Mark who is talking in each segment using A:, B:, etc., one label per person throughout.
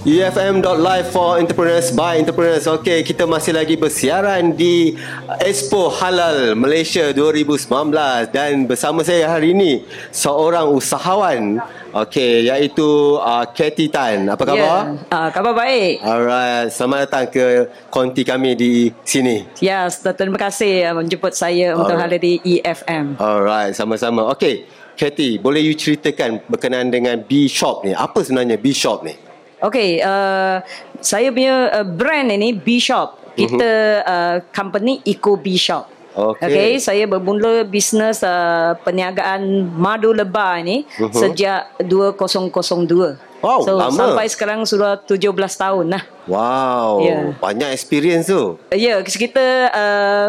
A: UFM.live for entrepreneurs by entrepreneurs. Okey, kita masih lagi bersiaran di Expo Halal Malaysia 2019 dan bersama saya hari ini seorang usahawan. Okey, iaitu uh, Kathy Tan. Apa khabar?
B: Ya. Ah, khabar baik.
A: Yeah. Alright, selamat datang ke konti kami di sini.
B: Ya, yes, terima kasih ah, menjemput saya untuk
A: Alright.
B: hari di E EFM.
A: Alright, sama-sama. Okey, Kathy, boleh you ceritakan berkenaan dengan B Shop ni? Apa sebenarnya B Shop ni?
B: Okey, uh, saya punya uh, brand ini B Shop.
A: Mhm.
B: Kita uh, company Eco B Shop.
A: Okey.
B: Okey, saya bermula bisnes uh, perniagaan madu lebah ini
A: Mhm.
B: sejak 2002.
A: Wow,
B: so
A: lama.
B: sampai sekarang sudah 17 tahun lah.
A: Wow,
B: Ya.
A: banyak experience tu.
B: Ya, kita uh,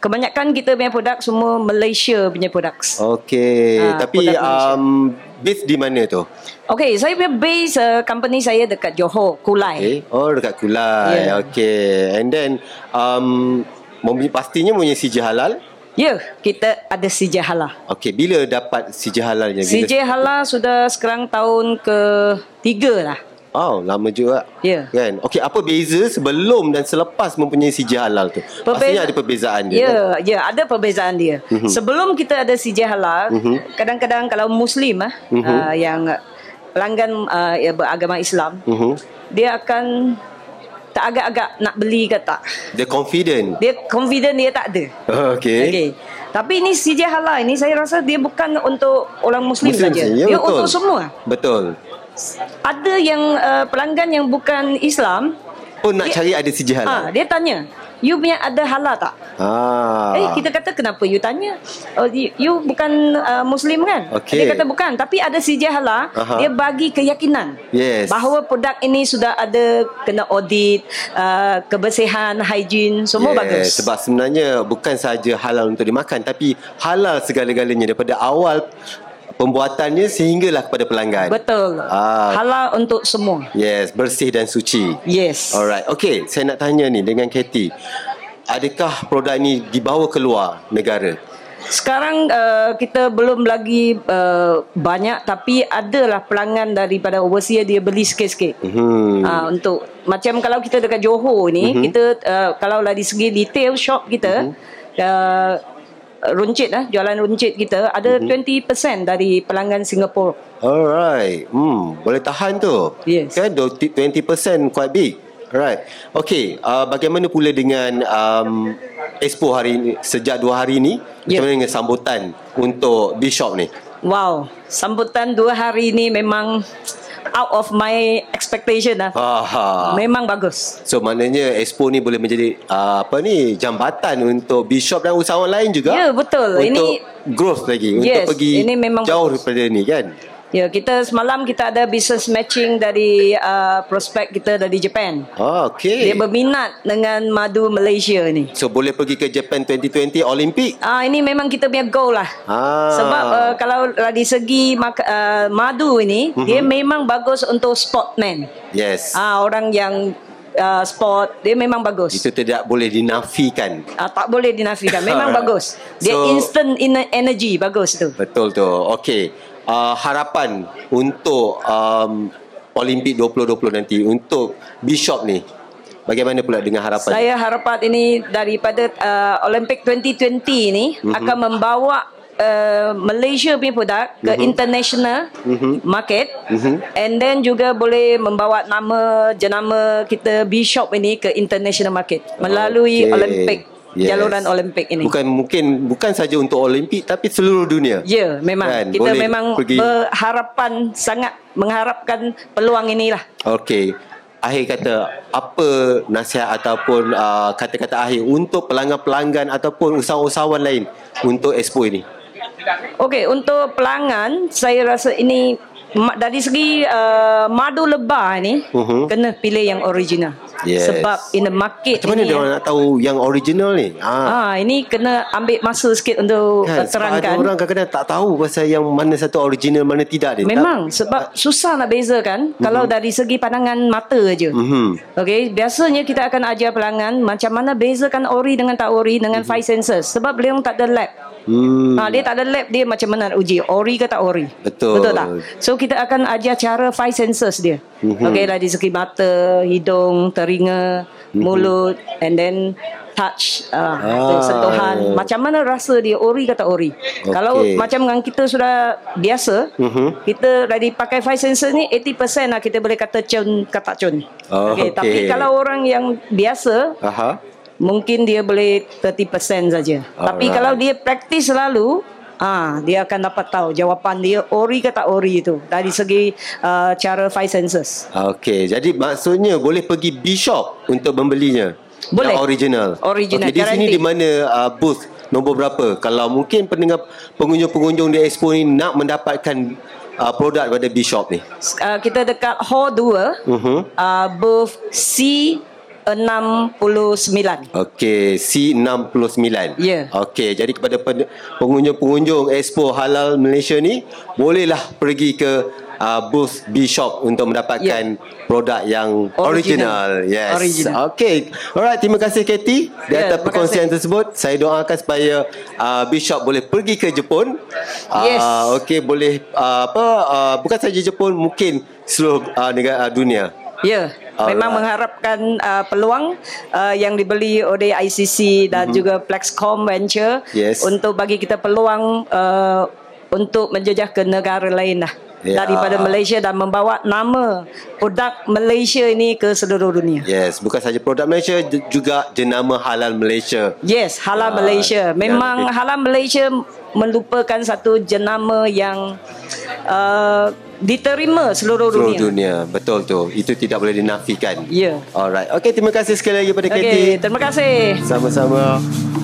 B: kebanyakan kita punya produk semua Malaysia punya produk.
A: Okey,
B: Ah,
A: tapi
B: produk Malaysia.
A: um, base di mana tu?
B: Okey, saya punya base uh, company saya dekat Johor, Kulai. Okay.
A: Okay. Oh, dekat Kulai.
B: Eh. Ya.
A: Okey. And then um mempunyai pastinya punya sijil halal.
B: Ya, kita ada CJ Halal.
A: Okey, bila dapat sijil halalnya? Bila-
B: CJ Halal sudah sekarang tahun ke-3 lah.
A: Oh, lama juga.
B: Ya.
A: Kan? Okey, apa beza sebelum dan selepas mempunyai sijil halal tu? Pastinya ada Mhm. perbezaan dia.
B: Ya,
A: kan?
B: ya, ada perbezaan dia. Mm-hmm. Sebelum kita ada CJ Halal,
A: Mhm.
B: mm-hmm. kadang-kadang kalau muslim ah mm-hmm. uh, yang pelanggan uh, ya, beragama Islam,
A: Mhm.
B: dia akan tak agak-agak nak beli ke tak.
A: Dia confident.
B: Dia confident dia tak ada.
A: Okey.
B: Okey. Tapi ini CJ Halal ini saya rasa dia bukan untuk orang muslim,
A: Muslim
B: saja.
A: saja, ya,
B: dia
A: betul.
B: untuk semua.
A: Betul.
B: Ada yang uh, pelanggan yang bukan Islam,
A: Pun Oh, nak
B: Dia-
A: cari ada sijil
B: ah ha,
A: halal.
B: dia tanya, "You punya ada halal tak?"
A: Ah.
B: Eh kita kata kenapa you tanya? Oh, you, you bukan uh, muslim kan?
A: Okey.
B: Dia kata bukan, tapi ada CJ Halal,
A: Aha.
B: dia bagi keyakinan
A: Yes.
B: bahawa produk ini sudah ada kena audit, uh, kebersihan, hygiene, semua
A: Yeah,
B: bagus.
A: Sebab sebenarnya bukan saja halal untuk dimakan tapi halal segala-galanya daripada awal pembuatannya sehinggalah kepada pelanggan.
B: Betul.
A: Ah.
B: Halal untuk semua.
A: Yes, bersih dan suci.
B: Yes.
A: Alright. Okay, saya nak tanya ni dengan Kathy. Adakah produk ni dibawa keluar negara?
B: Sekarang uh, kita belum lagi uh, banyak tapi adalah pelanggan daripada overseas dia beli sikit-sikit.
A: Hmm.
B: Uh, untuk macam kalau kita dekat Johor ni mm-hmm. kita uh, kalau lah di segi retail shop kita mm-hmm. uh, runcit lah jualan runcit kita ada mm-hmm. 20% dari pelanggan Singapura.
A: Alright. Hmm, boleh tahan tu.
B: Yes.
A: Kan do- 20% quite big. Alright. Okay, uh, bagaimana pula dengan um, expo hari ini sejak dua hari ni? Macam
B: Ya.
A: mana dengan sambutan untuk Bishop ni?
B: Wow, sambutan dua hari ni memang out of my expectation lah.
A: Ha ha.
B: Memang bagus.
A: So maknanya expo ni boleh menjadi uh, apa ni jambatan untuk Bishop dan usahawan lain juga.
B: Ya, betul.
A: Untuk
B: Ini-
A: growth lagi
B: Yes,
A: untuk pergi
B: ini memang
A: jauh daripada ni kan.
B: Ya, kita semalam kita ada business matching dari uh, prospek kita dari Japan.
A: Ah, okay.
B: Dia berminat dengan madu Malaysia ni.
A: so boleh pergi ke Japan 2020 Olympic.
B: Ah ini memang kita punya goal lah.
A: Ah.
B: Sebab uh, kalau lah di segi mak- uh, madu
A: Mhm.
B: ini mm-hmm. dia memang bagus untuk sportman.
A: Yes.
B: Ah orang yang uh, sport dia memang bagus.
A: Itu tidak boleh dinafikan.
B: Ah, tak boleh dinafikan. Memang
A: Alright.
B: bagus. Dia
A: So-
B: instant in- energy bagus tu.
A: Betul tu. Okey. Uh, harapan untuk um, Olimpik 2020 nanti untuk Bishop ni. Bagaimana pula dengan harapan?
B: Saya harapan ini daripada uh, Olympic 2020
A: Mhm.
B: ni mm-hmm. akan membawa uh, Malaysia punya produk ke
A: Mhm.
B: mm-hmm. international mm-hmm. market mm-hmm. and then juga boleh membawa nama jenama kita B-Shop ini ke international market
A: Okey.
B: melalui okay. Olympic yes. jaluran Olympic ini.
A: Bukan mungkin bukan saja untuk Olimpik tapi seluruh dunia.
B: Ya, memang
A: Kan,
B: kita
A: boleh
B: memang
A: pergi.
B: berharapan sangat mengharapkan peluang inilah.
A: Okey. Akhir kata, apa nasihat ataupun uh, kata-kata akhir untuk pelanggan-pelanggan ataupun usahawan-usahawan lain untuk expo ini?
B: Okey, untuk pelanggan saya rasa ini ma- dari segi uh, madu lebah ni
A: Mhm.
B: uh-huh. kena pilih yang original.
A: Yes.
B: Sebab in the market
A: Macam mana
B: ini
A: dia orang nak tahu yang original ni? Ah.
B: Ah, ini kena ambil masa sikit untuk
A: Kan, sebab
B: kan,
A: ada
B: terangkan.
A: orang kadang-kadang tak tahu pasal yang mana satu original mana tidak dia.
B: Memang sebab susah nak bezakan
A: Mhm.
B: mm-hmm. kalau dari segi pandangan mata aja.
A: Tak, mm-hmm.
B: Okey, biasanya kita
A: Mhm.
B: akan ajar pelanggan macam mana bezakan ori dengan tak ori dengan five senses sebab beliau tak ada lab.
A: Hmm.
B: Ha, dia tak ada lab dia macam mana nak uji ori ke tak ori
A: Betul.
B: betul tak so kita akan ajar cara five senses dia
A: Hmm.
B: mm-hmm. okey dari segi mata hidung telinga mulut and then touch uh,
A: Hmm. Ah.
B: ah. sentuhan macam mana rasa dia ori ke tak ori okay. kalau macam dengan kita sudah biasa
A: Hmm.
B: mm-hmm. kita dari pakai five senses ni 80% lah kita boleh kata cun ke tak cun
A: Oh,
B: Okey,
A: okey.
B: tapi kalau orang yang biasa
A: Aha.
B: mungkin dia boleh 30% saja. Tapi
A: Alright.
B: kalau dia praktis selalu, ah dia akan dapat tahu jawapan dia ori ke tak ori itu dari segi uh, cara five senses.
A: Okey, jadi maksudnya boleh pergi B-Shop untuk membelinya.
B: Boleh.
A: Yang original.
B: Original,
A: Okey, di sini
B: guarantee.
A: di mana uh, booth nombor berapa? Kalau mungkin pendengar pengunjung-pengunjung di expo ni nak mendapatkan uh, produk daripada B-Shop ni.
B: Uh, kita dekat hall 2,
A: Mhm.
B: uh, booth C69.
A: Okey, C69.
B: Ya.
A: Okey, jadi kepada pen- pengunjung-pengunjung Expo Halal Malaysia ni, bolehlah pergi ke uh, booth B Shop untuk mendapatkan produk yang original.
B: Ya.
A: Yes.
B: Original. Original.
A: Okey. Alright, terima kasih Katie di
B: Ya,
A: atas
B: terima
A: perkongsian tersebut. Saya doakan supaya uh, B Shop boleh pergi ke Jepun.
B: Yes.
A: Uh, Okey, boleh uh, apa uh, bukan saja Jepun, mungkin seluruh uh, negara uh, dunia.
B: Ya,
A: Alright.
B: memang mengharapkan uh, peluang uh, yang dibeli oleh ICC dan mm-hmm. juga Plexcom Venture
A: Mhm. Yes.
B: untuk bagi kita peluang uh, untuk menjejah ke negara lain lah
A: Ya.
B: daripada Malaysia dan membawa nama produk Malaysia ini ke seluruh dunia.
A: Yes, bukan saja produk Malaysia j- juga jenama halal Malaysia.
B: Yes, halal
A: Ah,
B: Malaysia.
A: yang
B: Memang
A: lebih-
B: halal Malaysia melupakan satu jenama yang uh, diterima seluruh
A: seluruh dunia.
B: dunia.
A: Betul tu. Itu tidak boleh dinafikan.
B: Ya.
A: Alright. Okey, terima kasih sekali lagi kepada
B: Okey,
A: Katie.
B: terima kasih.
A: Sama-sama.